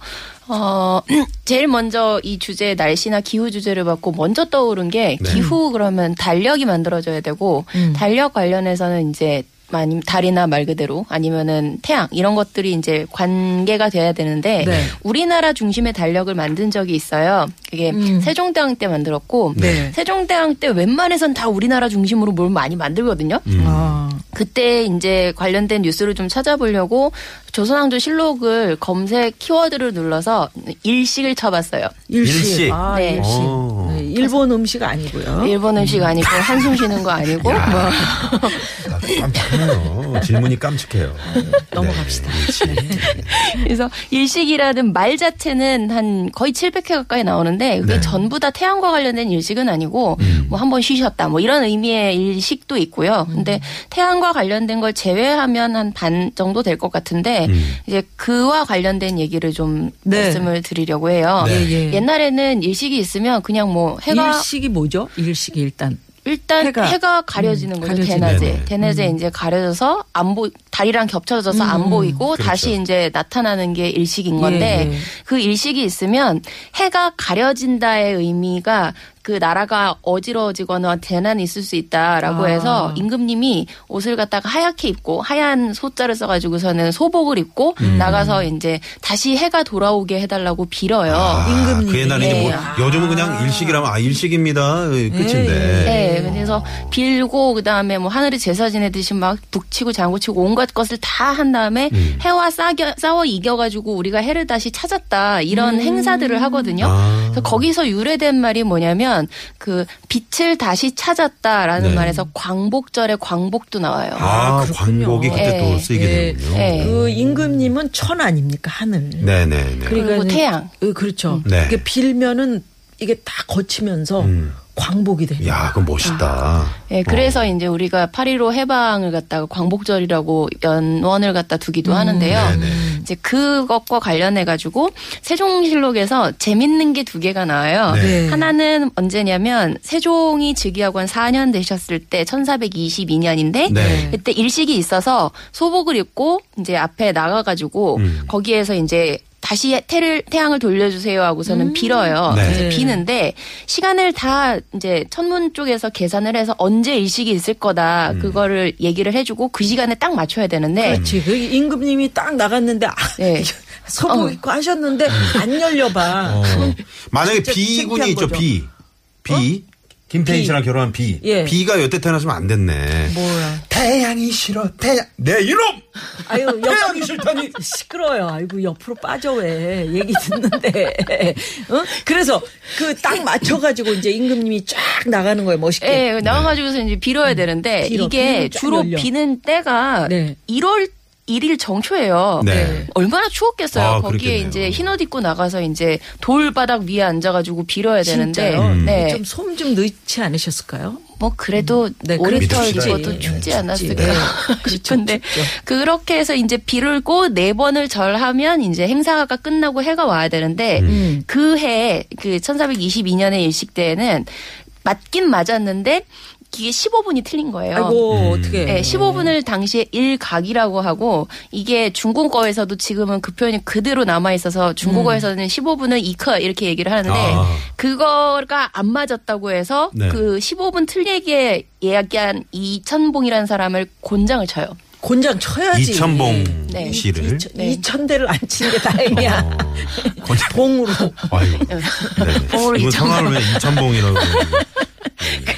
[SPEAKER 4] 어 제일 먼저 이 주제 날씨나 기후 주제를 받고 먼저 떠오른 게
[SPEAKER 1] 네.
[SPEAKER 4] 기후 그러면 달력이 만들어져야 되고
[SPEAKER 2] 음.
[SPEAKER 4] 달력 관련해서는 이제 많이 달이나 말 그대로 아니면은 태양 이런 것들이 이제 관계가 돼야 되는데
[SPEAKER 2] 네.
[SPEAKER 4] 우리나라 중심의 달력을 만든 적이 있어요. 그게 세종대왕 때 만들었고
[SPEAKER 2] 음. 네.
[SPEAKER 4] 세종대왕 때 웬만해선 다 우리나라 중심으로 뭘 많이 만들거든요.
[SPEAKER 2] 아,
[SPEAKER 4] 그때 이제 관련된 뉴스를 좀 찾아보려고 조선왕조 실록을 검색 키워드를 눌러서 일식을 쳐봤어요.
[SPEAKER 2] 일식.
[SPEAKER 1] 일식. 어.
[SPEAKER 2] 아,
[SPEAKER 4] 네.
[SPEAKER 2] 일식.
[SPEAKER 1] 오.
[SPEAKER 2] 네, 일본 음식 아니고요.
[SPEAKER 4] 일본 음식 아니고 한숨 쉬는 거 아니고
[SPEAKER 1] 야.
[SPEAKER 4] 뭐
[SPEAKER 1] 아, 깜찍해요. 질문이 깜찍해요.
[SPEAKER 2] 아, 네.
[SPEAKER 1] 네, 넘어갑시다.
[SPEAKER 4] 그래서 일식이라는 말 자체는 한 거의 700회 가까이 나오는데 그게
[SPEAKER 1] 네. 음.
[SPEAKER 4] 전부 다 태양과 관련된 일식은 아니고 뭐 한 번 쉬셨다 뭐 이런 의미의 일식도 있고요. 근데 태양과 관련된 걸 제외하면 한 반 정도 될 것 같은데
[SPEAKER 1] 음.
[SPEAKER 4] 이제 그와 관련된 얘기를 좀
[SPEAKER 2] 네.
[SPEAKER 4] 말씀을 드리려고 해요.
[SPEAKER 1] 네.
[SPEAKER 2] 예, 예.
[SPEAKER 4] 옛날에는 일식이 있으면 그냥 뭐 해가
[SPEAKER 2] 일식이 뭐죠? 일식이 일단
[SPEAKER 4] 일단
[SPEAKER 2] 해가.
[SPEAKER 4] 해가, 가려지는
[SPEAKER 2] 음,
[SPEAKER 4] 거죠
[SPEAKER 2] 가려지는 음.
[SPEAKER 4] 대낮에
[SPEAKER 1] 네네.
[SPEAKER 4] 대낮에 이제 가려져서 안 보 달이랑 겹쳐져서 안 보이고
[SPEAKER 1] 그렇죠.
[SPEAKER 4] 다시 이제 나타나는 게 일식인 건데
[SPEAKER 2] 예, 예.
[SPEAKER 4] 그 일식이 있으면 해가 가려진다의 의미가 그 나라가 어지러워지거나 대난이 있을 수 있다라고
[SPEAKER 2] 아.
[SPEAKER 4] 해서 임금님이 옷을 갖다가 하얗게 입고 하얀 소자를 써가지고서는 소복을 입고
[SPEAKER 2] 음.
[SPEAKER 4] 나가서 이제 다시 해가 돌아오게 해달라고 빌어요.
[SPEAKER 2] 아, 임금님이.
[SPEAKER 1] 그 옛날에 이제 뭐,
[SPEAKER 4] 네.
[SPEAKER 1] 요즘은 그냥 일식이라면, 아, 일식입니다. 끝인데.
[SPEAKER 4] 네, 그래서 빌고 그다음에 뭐 하늘에 제사 지내듯이 막 북치고 장구치고 온갖 것을 다 한 다음에 해와 싸겨, 싸워 이겨가지고 우리가 해를 다시 찾았다 이런 행사들을 하거든요.
[SPEAKER 1] 아.
[SPEAKER 4] 그래서 거기서 유래된 말이 뭐냐면 그 빛을 다시 찾았다라는
[SPEAKER 1] 네.
[SPEAKER 4] 말에서 광복절에 광복도 나와요.
[SPEAKER 1] 아,
[SPEAKER 2] 아, 그렇군요.
[SPEAKER 1] 광복이 그때
[SPEAKER 4] 예,
[SPEAKER 1] 또 쓰이게
[SPEAKER 2] 예,
[SPEAKER 1] 되는군요.
[SPEAKER 4] 예.
[SPEAKER 2] 그 임금님은 천 아닙니까? 하늘.
[SPEAKER 1] 네네네.
[SPEAKER 4] 그리고 태양.
[SPEAKER 2] 어, 그렇죠.
[SPEAKER 1] 네.
[SPEAKER 2] 이게 빌면은 이게 다 거치면서
[SPEAKER 1] 음.
[SPEAKER 2] 광복이 되는
[SPEAKER 1] 야, 그거 멋있다.
[SPEAKER 4] 예, 그래서 이제 우리가 8.15 해방을 갖다가 광복절이라고 연원을 갖다 두기도 하는데요.
[SPEAKER 1] 음. 네네.
[SPEAKER 4] 이제 그것과 관련해 가지고 세종실록에서 재밌는 게 두 개가
[SPEAKER 2] 아,
[SPEAKER 4] 나와요.
[SPEAKER 1] 네.
[SPEAKER 4] 하나는 언제냐면 세종이 즉위하고 한 4년 되셨을 때 1422년인데
[SPEAKER 1] 네.
[SPEAKER 4] 그때 일식이 있어서 소복을 입고 이제 앞에 나가 가지고
[SPEAKER 1] 음.
[SPEAKER 4] 거기에서 이제 다시 태를 태양을 돌려주세요 하고서는
[SPEAKER 2] 음.
[SPEAKER 4] 빌어요.
[SPEAKER 1] 네.
[SPEAKER 4] 그래서 비는데 시간을 다 이제 천문 쪽에서 계산을 해서 언제 일식이 있을
[SPEAKER 1] 음.
[SPEAKER 4] 거다 그거를 얘기를 해주고 그 시간에 딱 맞춰야 되는데
[SPEAKER 2] 그렇지. 그 임금님이 딱 나갔는데 아,
[SPEAKER 4] 네.
[SPEAKER 2] 서보
[SPEAKER 4] 어.
[SPEAKER 2] 있고 하셨는데 안 열려봐.
[SPEAKER 1] 어. 만약에
[SPEAKER 2] 진짜
[SPEAKER 1] B군이
[SPEAKER 2] 창피한
[SPEAKER 1] 있죠,
[SPEAKER 2] 거죠.
[SPEAKER 1] B. B. 김태희
[SPEAKER 2] B.
[SPEAKER 1] 씨랑 결혼한 B.
[SPEAKER 2] 예.
[SPEAKER 1] B가 여태 태어났으면 안 됐네.
[SPEAKER 2] 뭐야.
[SPEAKER 1] 태양이 싫어, 태양. 내 이놈!
[SPEAKER 2] 아유,
[SPEAKER 1] 태양이
[SPEAKER 2] 옆으로
[SPEAKER 1] 싫다니!
[SPEAKER 2] 시끄러워요. 아이고, 옆으로 빠져 왜. 얘기 듣는데. 어? 그래서 그 딱 맞춰가지고 이제 임금님이 쫙 나가는 거예요. 멋있게.
[SPEAKER 4] 예, 나와가지고서 이제 빌어야 되는데
[SPEAKER 2] 빌어.
[SPEAKER 4] 이게
[SPEAKER 2] 빌면 쫙
[SPEAKER 4] 주로
[SPEAKER 2] 열려.
[SPEAKER 4] 비는 때가
[SPEAKER 2] 네.
[SPEAKER 4] 1월 1일 정초예요.
[SPEAKER 1] 네.
[SPEAKER 4] 얼마나 추웠겠어요.
[SPEAKER 1] 아,
[SPEAKER 4] 거기에
[SPEAKER 1] 그렇겠네요.
[SPEAKER 4] 이제 흰옷 입고 나가서 이제 돌바닥 위에 앉아가지고 빌어야 되는데,
[SPEAKER 2] 진짜요? 음.
[SPEAKER 1] 음.
[SPEAKER 4] 네,
[SPEAKER 2] 좀 솜 좀 넣지 않으셨을까요?
[SPEAKER 4] 뭐 그래도
[SPEAKER 2] 네,
[SPEAKER 4] 오리털
[SPEAKER 1] 그래도
[SPEAKER 4] 입어도
[SPEAKER 1] 춥지.
[SPEAKER 4] 춥지
[SPEAKER 1] 네,
[SPEAKER 4] 않았을까
[SPEAKER 2] 네.
[SPEAKER 4] 싶은데
[SPEAKER 2] 춥죠.
[SPEAKER 4] 그렇게 해서 이제 비를 꼬네 번을 절하면 이제 행사가 끝나고 해가 와야 되는데
[SPEAKER 2] 음.
[SPEAKER 4] 그 해에 그 1422년의 일식 때에는 맞긴 맞았는데 이게 15분이 틀린 거예요.
[SPEAKER 2] 아이고, 어떻게.
[SPEAKER 4] 네, 15분을 당시에 일각이라고 하고 이게 중국어에서도 지금은 그 표현이 그대로 남아 있어서 중국어에서는 15분은 이커 이렇게 얘기를 하는데
[SPEAKER 1] 아.
[SPEAKER 4] 그거가 안 맞았다고 해서
[SPEAKER 1] 네.
[SPEAKER 4] 그 15분 틀리게 예약한 이천봉이라는 사람을 곤장을 쳐요.
[SPEAKER 2] 곤장 쳐야지.
[SPEAKER 1] 이천봉
[SPEAKER 4] 네.
[SPEAKER 1] 씨를.
[SPEAKER 4] 네.
[SPEAKER 2] 이천 대를 안 치는 게 다행이야.
[SPEAKER 1] 어, 건-
[SPEAKER 2] 봉으로.
[SPEAKER 1] 아이고. 네.
[SPEAKER 4] 봉으로
[SPEAKER 1] 이건
[SPEAKER 4] 이천봉.
[SPEAKER 1] 성함을 왜 이천봉이라고.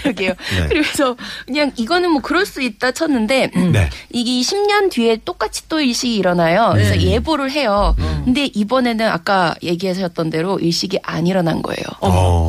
[SPEAKER 4] 그러게요. 그래서 그냥 이거는 뭐 그럴 수 있다 쳤는데 음,
[SPEAKER 1] 네.
[SPEAKER 4] 이게 10년 뒤에 똑같이 또 일식이 일어나요. 그래서 예보를 해요. 근데 이번에는 아까 얘기하셨던 대로 일식이 안 일어난 거예요.
[SPEAKER 1] 어.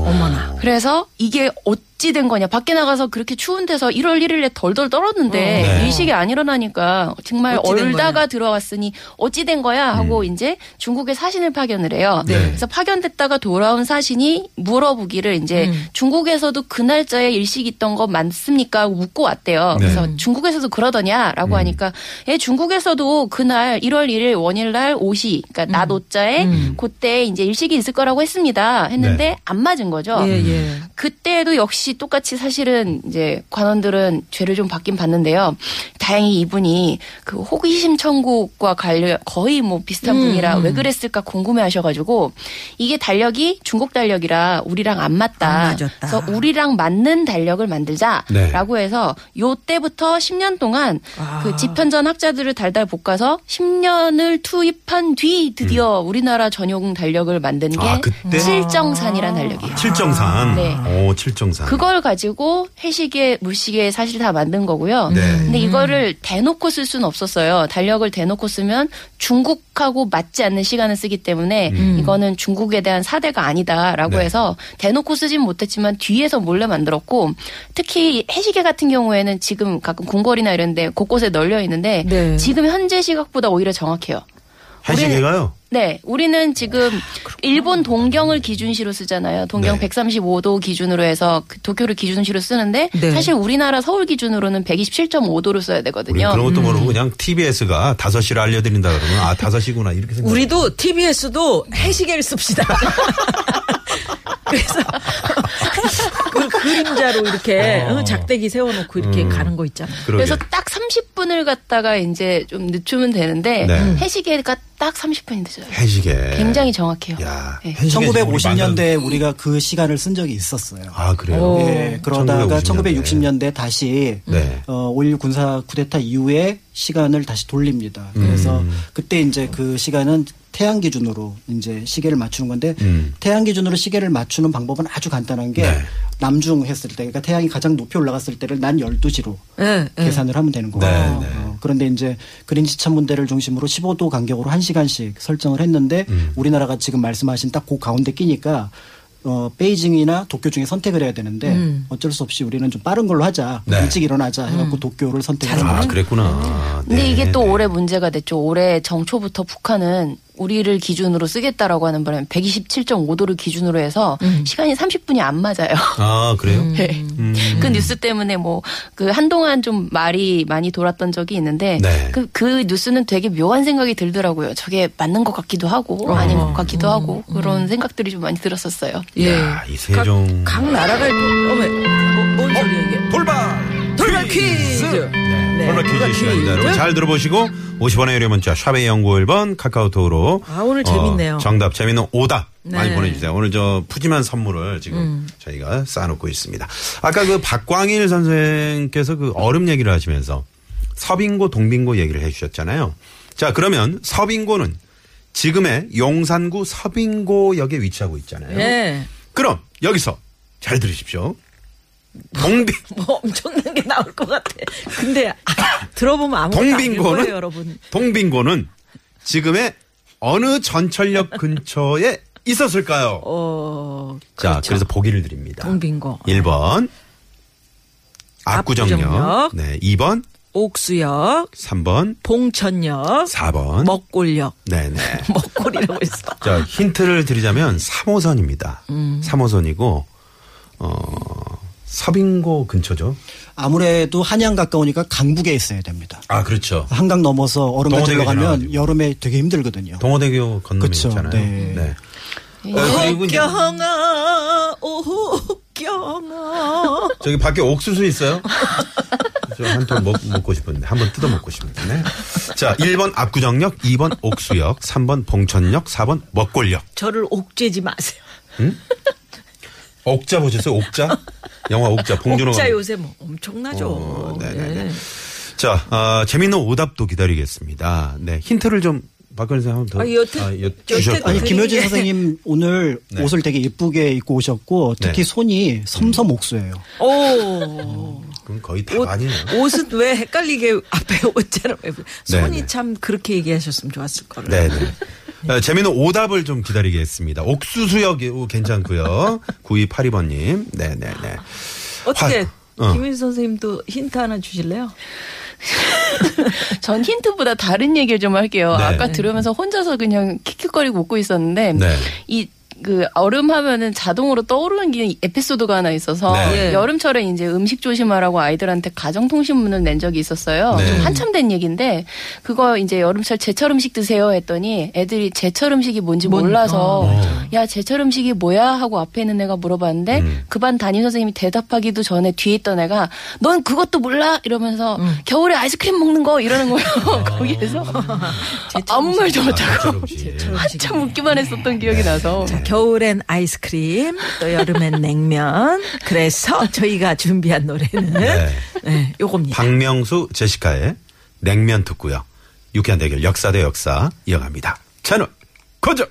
[SPEAKER 4] 그래서 이게 어찌 된 거냐. 밖에 나가서 그렇게 추운 데서 1월 1일에 덜덜 떨었는데
[SPEAKER 1] 네.
[SPEAKER 4] 일식이 안 일어나니까 정말
[SPEAKER 2] 어. 어찌 된 거냐. 음.
[SPEAKER 4] 얼다가 들어왔으니 어찌 된 거야 하고 이제 중국에 사신을 파견을 해요.
[SPEAKER 1] 네.
[SPEAKER 4] 그래서 파견됐다가 돌아온 사신이 물어보기를 이제
[SPEAKER 2] 음.
[SPEAKER 4] 중국에서도 그 날짜에 일식이 있던 거 맞습니까? 하고 묻고 왔대요.
[SPEAKER 1] 네.
[SPEAKER 4] 그래서 중국에서도 그러더냐라고
[SPEAKER 2] 음.
[SPEAKER 4] 하니까 예, 중국에서도 그날 1월 1일 원일 날 5시 그러니까 낮
[SPEAKER 2] 음.
[SPEAKER 4] 오자에 그때 이제 일식이 있을 거라고 했습니다. 했는데
[SPEAKER 1] 네.
[SPEAKER 4] 안 맞은 거죠.
[SPEAKER 2] 예, 예.
[SPEAKER 4] 그때도 역시 똑같이 사실은 이제 관원들은 죄를 좀 받긴 받는데요. 다행히 이분이 그 호기심 천국과 관련 거의 뭐
[SPEAKER 2] 음.
[SPEAKER 4] 비슷한 분이라 왜 그랬을까 궁금해 하셔가지고 이게 달력이 중국 달력이라 우리랑 안 맞다.
[SPEAKER 2] 안 맞았다.
[SPEAKER 4] 그래서 우리랑 맞는 달력을 만들자라고 해서 요 때부터 10년 동안
[SPEAKER 2] 아.
[SPEAKER 4] 그 집현전 학자들을 달달 볶아서 10년을 투입한 뒤 드디어 우리나라 전용 달력을 만든 게
[SPEAKER 1] 아, 그때?
[SPEAKER 2] 아.
[SPEAKER 4] 칠정산이라는 달력이에요.
[SPEAKER 1] 칠정산.
[SPEAKER 4] 네.
[SPEAKER 1] 오, 칠정산.
[SPEAKER 4] 그걸 가지고 회식에 물식에 사실 다 만든 거고요.
[SPEAKER 1] 네.
[SPEAKER 4] 근데 이거를 대놓고 쓸 수는 없었어요. 달력을 대놓고 쓰면 중국하고 맞지 않는 시간을 쓰기 때문에 이거는 중국에 대한 사대가 아니다라고
[SPEAKER 1] 음. 네.
[SPEAKER 4] 해서 대놓고 쓰진 못했지만 뒤에서 몰래 만들었고 특히 해시계 같은 경우에는 지금 가끔 궁궐이나 이런데 곳곳에 널려 있는데
[SPEAKER 2] 네.
[SPEAKER 4] 지금 현재 시각보다 오히려 정확해요.
[SPEAKER 1] 한식회가요?
[SPEAKER 4] 네, 우리는 지금 일본 동경을 기준시로 쓰잖아요. 동경
[SPEAKER 1] 아, 네.
[SPEAKER 4] 135도 기준으로 해서 그 도쿄를 기준시로 쓰는데
[SPEAKER 2] 네.
[SPEAKER 4] 사실 우리나라 서울 기준으로는 127.5도로 써야
[SPEAKER 1] 우리
[SPEAKER 4] 되거든요. 음.
[SPEAKER 1] 그런 것도 모르고 그냥 TBS가 5시를 알려드린다 그러면 아, 5시구나 이렇게 생각
[SPEAKER 2] 우리도 TBS도 해시계를 씁시다. 그래서 그 그림자로 이렇게
[SPEAKER 1] 어. 음.
[SPEAKER 2] 어, 작대기 세워놓고 이렇게 가는 거 있잖아요.
[SPEAKER 4] 그래서 딱 30분을 갖다가 이제 좀 늦추면 되는데 음.
[SPEAKER 1] 네.
[SPEAKER 4] 해시계가 딱 30분이 되죠.
[SPEAKER 1] 해시계.
[SPEAKER 4] 굉장히 정확해요.
[SPEAKER 1] 야,
[SPEAKER 4] 네.
[SPEAKER 1] 한식회 지금 우리 만든-
[SPEAKER 3] 1950년대에 우리가 그 시간을 쓴 적이 있었어요.
[SPEAKER 1] 아, 그래요?
[SPEAKER 3] 예, 그러다가 1960년대 다시
[SPEAKER 1] 네.
[SPEAKER 3] 어, 5.16 군사 쿠데타 이후에 시간을 다시 돌립니다. 그래서
[SPEAKER 1] 음.
[SPEAKER 3] 그때 이제 그 시간은 태양 기준으로 이제 시계를 맞추는 건데
[SPEAKER 1] 음.
[SPEAKER 3] 태양 기준으로 시계를 맞추는 방법은 아주 간단한 게
[SPEAKER 1] 네.
[SPEAKER 3] 남중 했을 때 그러니까 태양이 가장 높이 올라갔을 때를 난 12시로
[SPEAKER 2] 예, 예.
[SPEAKER 3] 계산을 하면 되는 거예요.
[SPEAKER 1] 네, 네.
[SPEAKER 3] 어, 그런데 이제 그린치 천문대를 중심으로 15도 간격으로 1시간씩 설정을 했는데
[SPEAKER 1] 음.
[SPEAKER 3] 우리나라가 지금 말씀하신 딱 그 가운데 끼니까 어, 베이징이나 도쿄 중에 선택을 해야 되는데 어쩔 수 없이 우리는 좀 빠른 걸로 하자.
[SPEAKER 1] 네.
[SPEAKER 3] 일찍 일어나자 해갖고 도쿄를 선택을 한
[SPEAKER 1] 아,
[SPEAKER 3] 거죠.
[SPEAKER 1] 그랬구나.
[SPEAKER 4] 근데
[SPEAKER 1] 네,
[SPEAKER 4] 이게 또
[SPEAKER 1] 네.
[SPEAKER 4] 올해 문제가 됐죠. 올해 정초부터 북한은 우리를 기준으로 쓰겠다라고 하는 바람에 127.5도를 기준으로 해서
[SPEAKER 1] 음.
[SPEAKER 4] 시간이 30분이 안 맞아요.
[SPEAKER 1] 아, 그래요?
[SPEAKER 4] 네. 그 뉴스 때문에 뭐 그 한동안 좀 말이 많이 돌았던 적이 있는데
[SPEAKER 1] 네.
[SPEAKER 4] 그, 그 뉴스는 되게 묘한 생각이 들더라고요. 저게 맞는 것 같기도 하고 아닌 것 같기도 하고 그런 생각들이 좀 많이 들었었어요.
[SPEAKER 2] 예.
[SPEAKER 1] 야, 이 세종.
[SPEAKER 4] 그러니까
[SPEAKER 2] 각, 각 나라가 어머, 뭐, 뭔 소리야 이게?
[SPEAKER 1] 돌발!
[SPEAKER 2] 돌발 퀴즈. 네,
[SPEAKER 1] 네. 돌발 퀴즈
[SPEAKER 2] 돌발 퀴즈.
[SPEAKER 1] 시간입니다. 여러분 잘 들어보시고 50원의 유료 문자 샵의 연구1번 카카오톡으로 어,
[SPEAKER 2] 아, 오늘 재밌네요.
[SPEAKER 1] 정답 재밌는 오답 많이
[SPEAKER 2] 네. 음.
[SPEAKER 1] 보내주세요. 오늘 저 푸짐한 선물을 지금 저희가 쌓아놓고 있습니다. 아까 그 박광일 선생께서 그 얼음 얘기를 하시면서 서빙고 동빙고 얘기를 해주셨잖아요. 자 그러면 서빙고는 지금의 용산구 서빙고역에 위치하고 있잖아요.
[SPEAKER 2] 예.
[SPEAKER 1] 그럼 여기서 잘 들으십시오. 동빙
[SPEAKER 2] 뭐 엄청난 게 나올 것 같아. 근데 아, 들어보면 아무것도 아닐
[SPEAKER 1] 동빙고는
[SPEAKER 2] 거예요, 여러분.
[SPEAKER 1] 동빙고는 지금의 어느 전철역 근처에 있었을까요?
[SPEAKER 2] 어,
[SPEAKER 1] 자, 그래서 보기를 드립니다.
[SPEAKER 2] 동빙고.
[SPEAKER 1] 1번 압구정역,
[SPEAKER 2] 압구정역.
[SPEAKER 1] 네, 2번,
[SPEAKER 2] 옥수역,
[SPEAKER 1] 3번,
[SPEAKER 2] 봉천역,
[SPEAKER 1] 4번.
[SPEAKER 2] 먹골역.
[SPEAKER 1] 네, 네.
[SPEAKER 2] 먹골이라고 했어.
[SPEAKER 1] 자, 힌트를 드리자면 3호선입니다.
[SPEAKER 2] 음.
[SPEAKER 1] 3호선이고 어, 서빙고 근처죠.
[SPEAKER 3] 아무래도 한양 가까우니까 강북에 있어야 됩니다.
[SPEAKER 1] 아, 그렇죠.
[SPEAKER 3] 한강 넘어서 얼음까지
[SPEAKER 1] 동호대교
[SPEAKER 3] 올라가면
[SPEAKER 1] 지나가지고.
[SPEAKER 3] 여름에 되게 힘들거든요.
[SPEAKER 1] 동호대교 건너면
[SPEAKER 3] 그쵸,
[SPEAKER 1] 있잖아요.
[SPEAKER 3] 네.
[SPEAKER 1] 어, 그리고 이제
[SPEAKER 2] 경아, 오경아.
[SPEAKER 1] 저기 밖에 옥수수 있어요? 저한통 먹고 싶은데 한번 뜯어 먹고 싶은데. 네. 자, 1번 압구정역, 2번 옥수역, 3번 봉천역, 4번 먹골역.
[SPEAKER 2] 저를 옥죄지 마세요.
[SPEAKER 1] 옥자 보셨어요? 옥자? 영화 옥자 봉준호
[SPEAKER 2] 옥자
[SPEAKER 1] 감독.
[SPEAKER 2] 요새 뭐 엄청나죠.
[SPEAKER 1] 어, 네네네.
[SPEAKER 2] 예.
[SPEAKER 1] 자, 아, 재밌는 오답도 기다리겠습니다. 네, 힌트를 좀 박근혜 선생 한번 더.
[SPEAKER 2] 아, 여태-
[SPEAKER 1] 여-
[SPEAKER 2] 여태
[SPEAKER 1] 주셨고요.
[SPEAKER 2] 아니,
[SPEAKER 3] 아니
[SPEAKER 2] 그
[SPEAKER 3] 김효진
[SPEAKER 2] 이게-
[SPEAKER 3] 선생님 오늘
[SPEAKER 1] 네.
[SPEAKER 3] 옷을 되게 예쁘게 입고 오셨고
[SPEAKER 1] 네. 음.
[SPEAKER 3] 특히 손이 섬섬 옥수예요.
[SPEAKER 2] 오.
[SPEAKER 1] 그럼 거의
[SPEAKER 2] 어. 옷,
[SPEAKER 1] 답 음, 아니에요.
[SPEAKER 2] 옷은 왜 헷갈리게 앞에 옷처럼 왜- 손이
[SPEAKER 1] 네.
[SPEAKER 2] 참 그렇게 얘기하셨으면 좋았을 거를.
[SPEAKER 1] 네네. 어, 재미있는 오답을 좀 기다리겠습니다. 옥수수역 이 괜찮고요. 9282번님. 네네네.
[SPEAKER 2] 어떻게
[SPEAKER 1] 화- 어.
[SPEAKER 2] 김윤 선생님도 힌트 하나 주실래요?
[SPEAKER 4] 전 힌트보다 다른 얘기를 좀 할게요.
[SPEAKER 1] 네.
[SPEAKER 4] 아까 들으면서 혼자서 그냥 킥킥거리고 웃고 있었는데
[SPEAKER 1] 네.
[SPEAKER 4] 이. 그 얼음 하면은 자동으로 떠오르는 게 에피소드가 하나 있어서
[SPEAKER 1] 네.
[SPEAKER 2] 예.
[SPEAKER 4] 여름철에 이제 음식 조심하라고 아이들한테 가정통신문을 낸 적이 있었어요.
[SPEAKER 1] 네.
[SPEAKER 4] 좀 한참 된 얘기인데 그거 이제 여름철 제철 음식 드세요 했더니 애들이 제철 음식이 뭔지
[SPEAKER 2] 뭔-
[SPEAKER 4] 몰라서
[SPEAKER 1] 어.
[SPEAKER 4] 야 제철 음식이 뭐야 하고 앞에 있는 애가 물어봤는데 그 반 담임 선생님이 대답하기도 전에 뒤에 있던 애가 넌 그것도 몰라 이러면서 겨울에 아이스크림 먹는 거 이러는 거예요 거기에서 아무 말도
[SPEAKER 1] 아,
[SPEAKER 4] 못하고
[SPEAKER 1] 역시.
[SPEAKER 4] 한참 웃기만 했었던 기억이 나서
[SPEAKER 1] 네.
[SPEAKER 2] 자, 겨울엔 아이스크림, 또 여름엔 냉면. 그래서 저희가 준비한 노래는
[SPEAKER 1] 네.
[SPEAKER 2] 네, 요겁니다.
[SPEAKER 1] 박명수 제시카의 냉면 듣고요. 유쾌한 대결 역사 대 역사 이어갑니다. 채널 고정.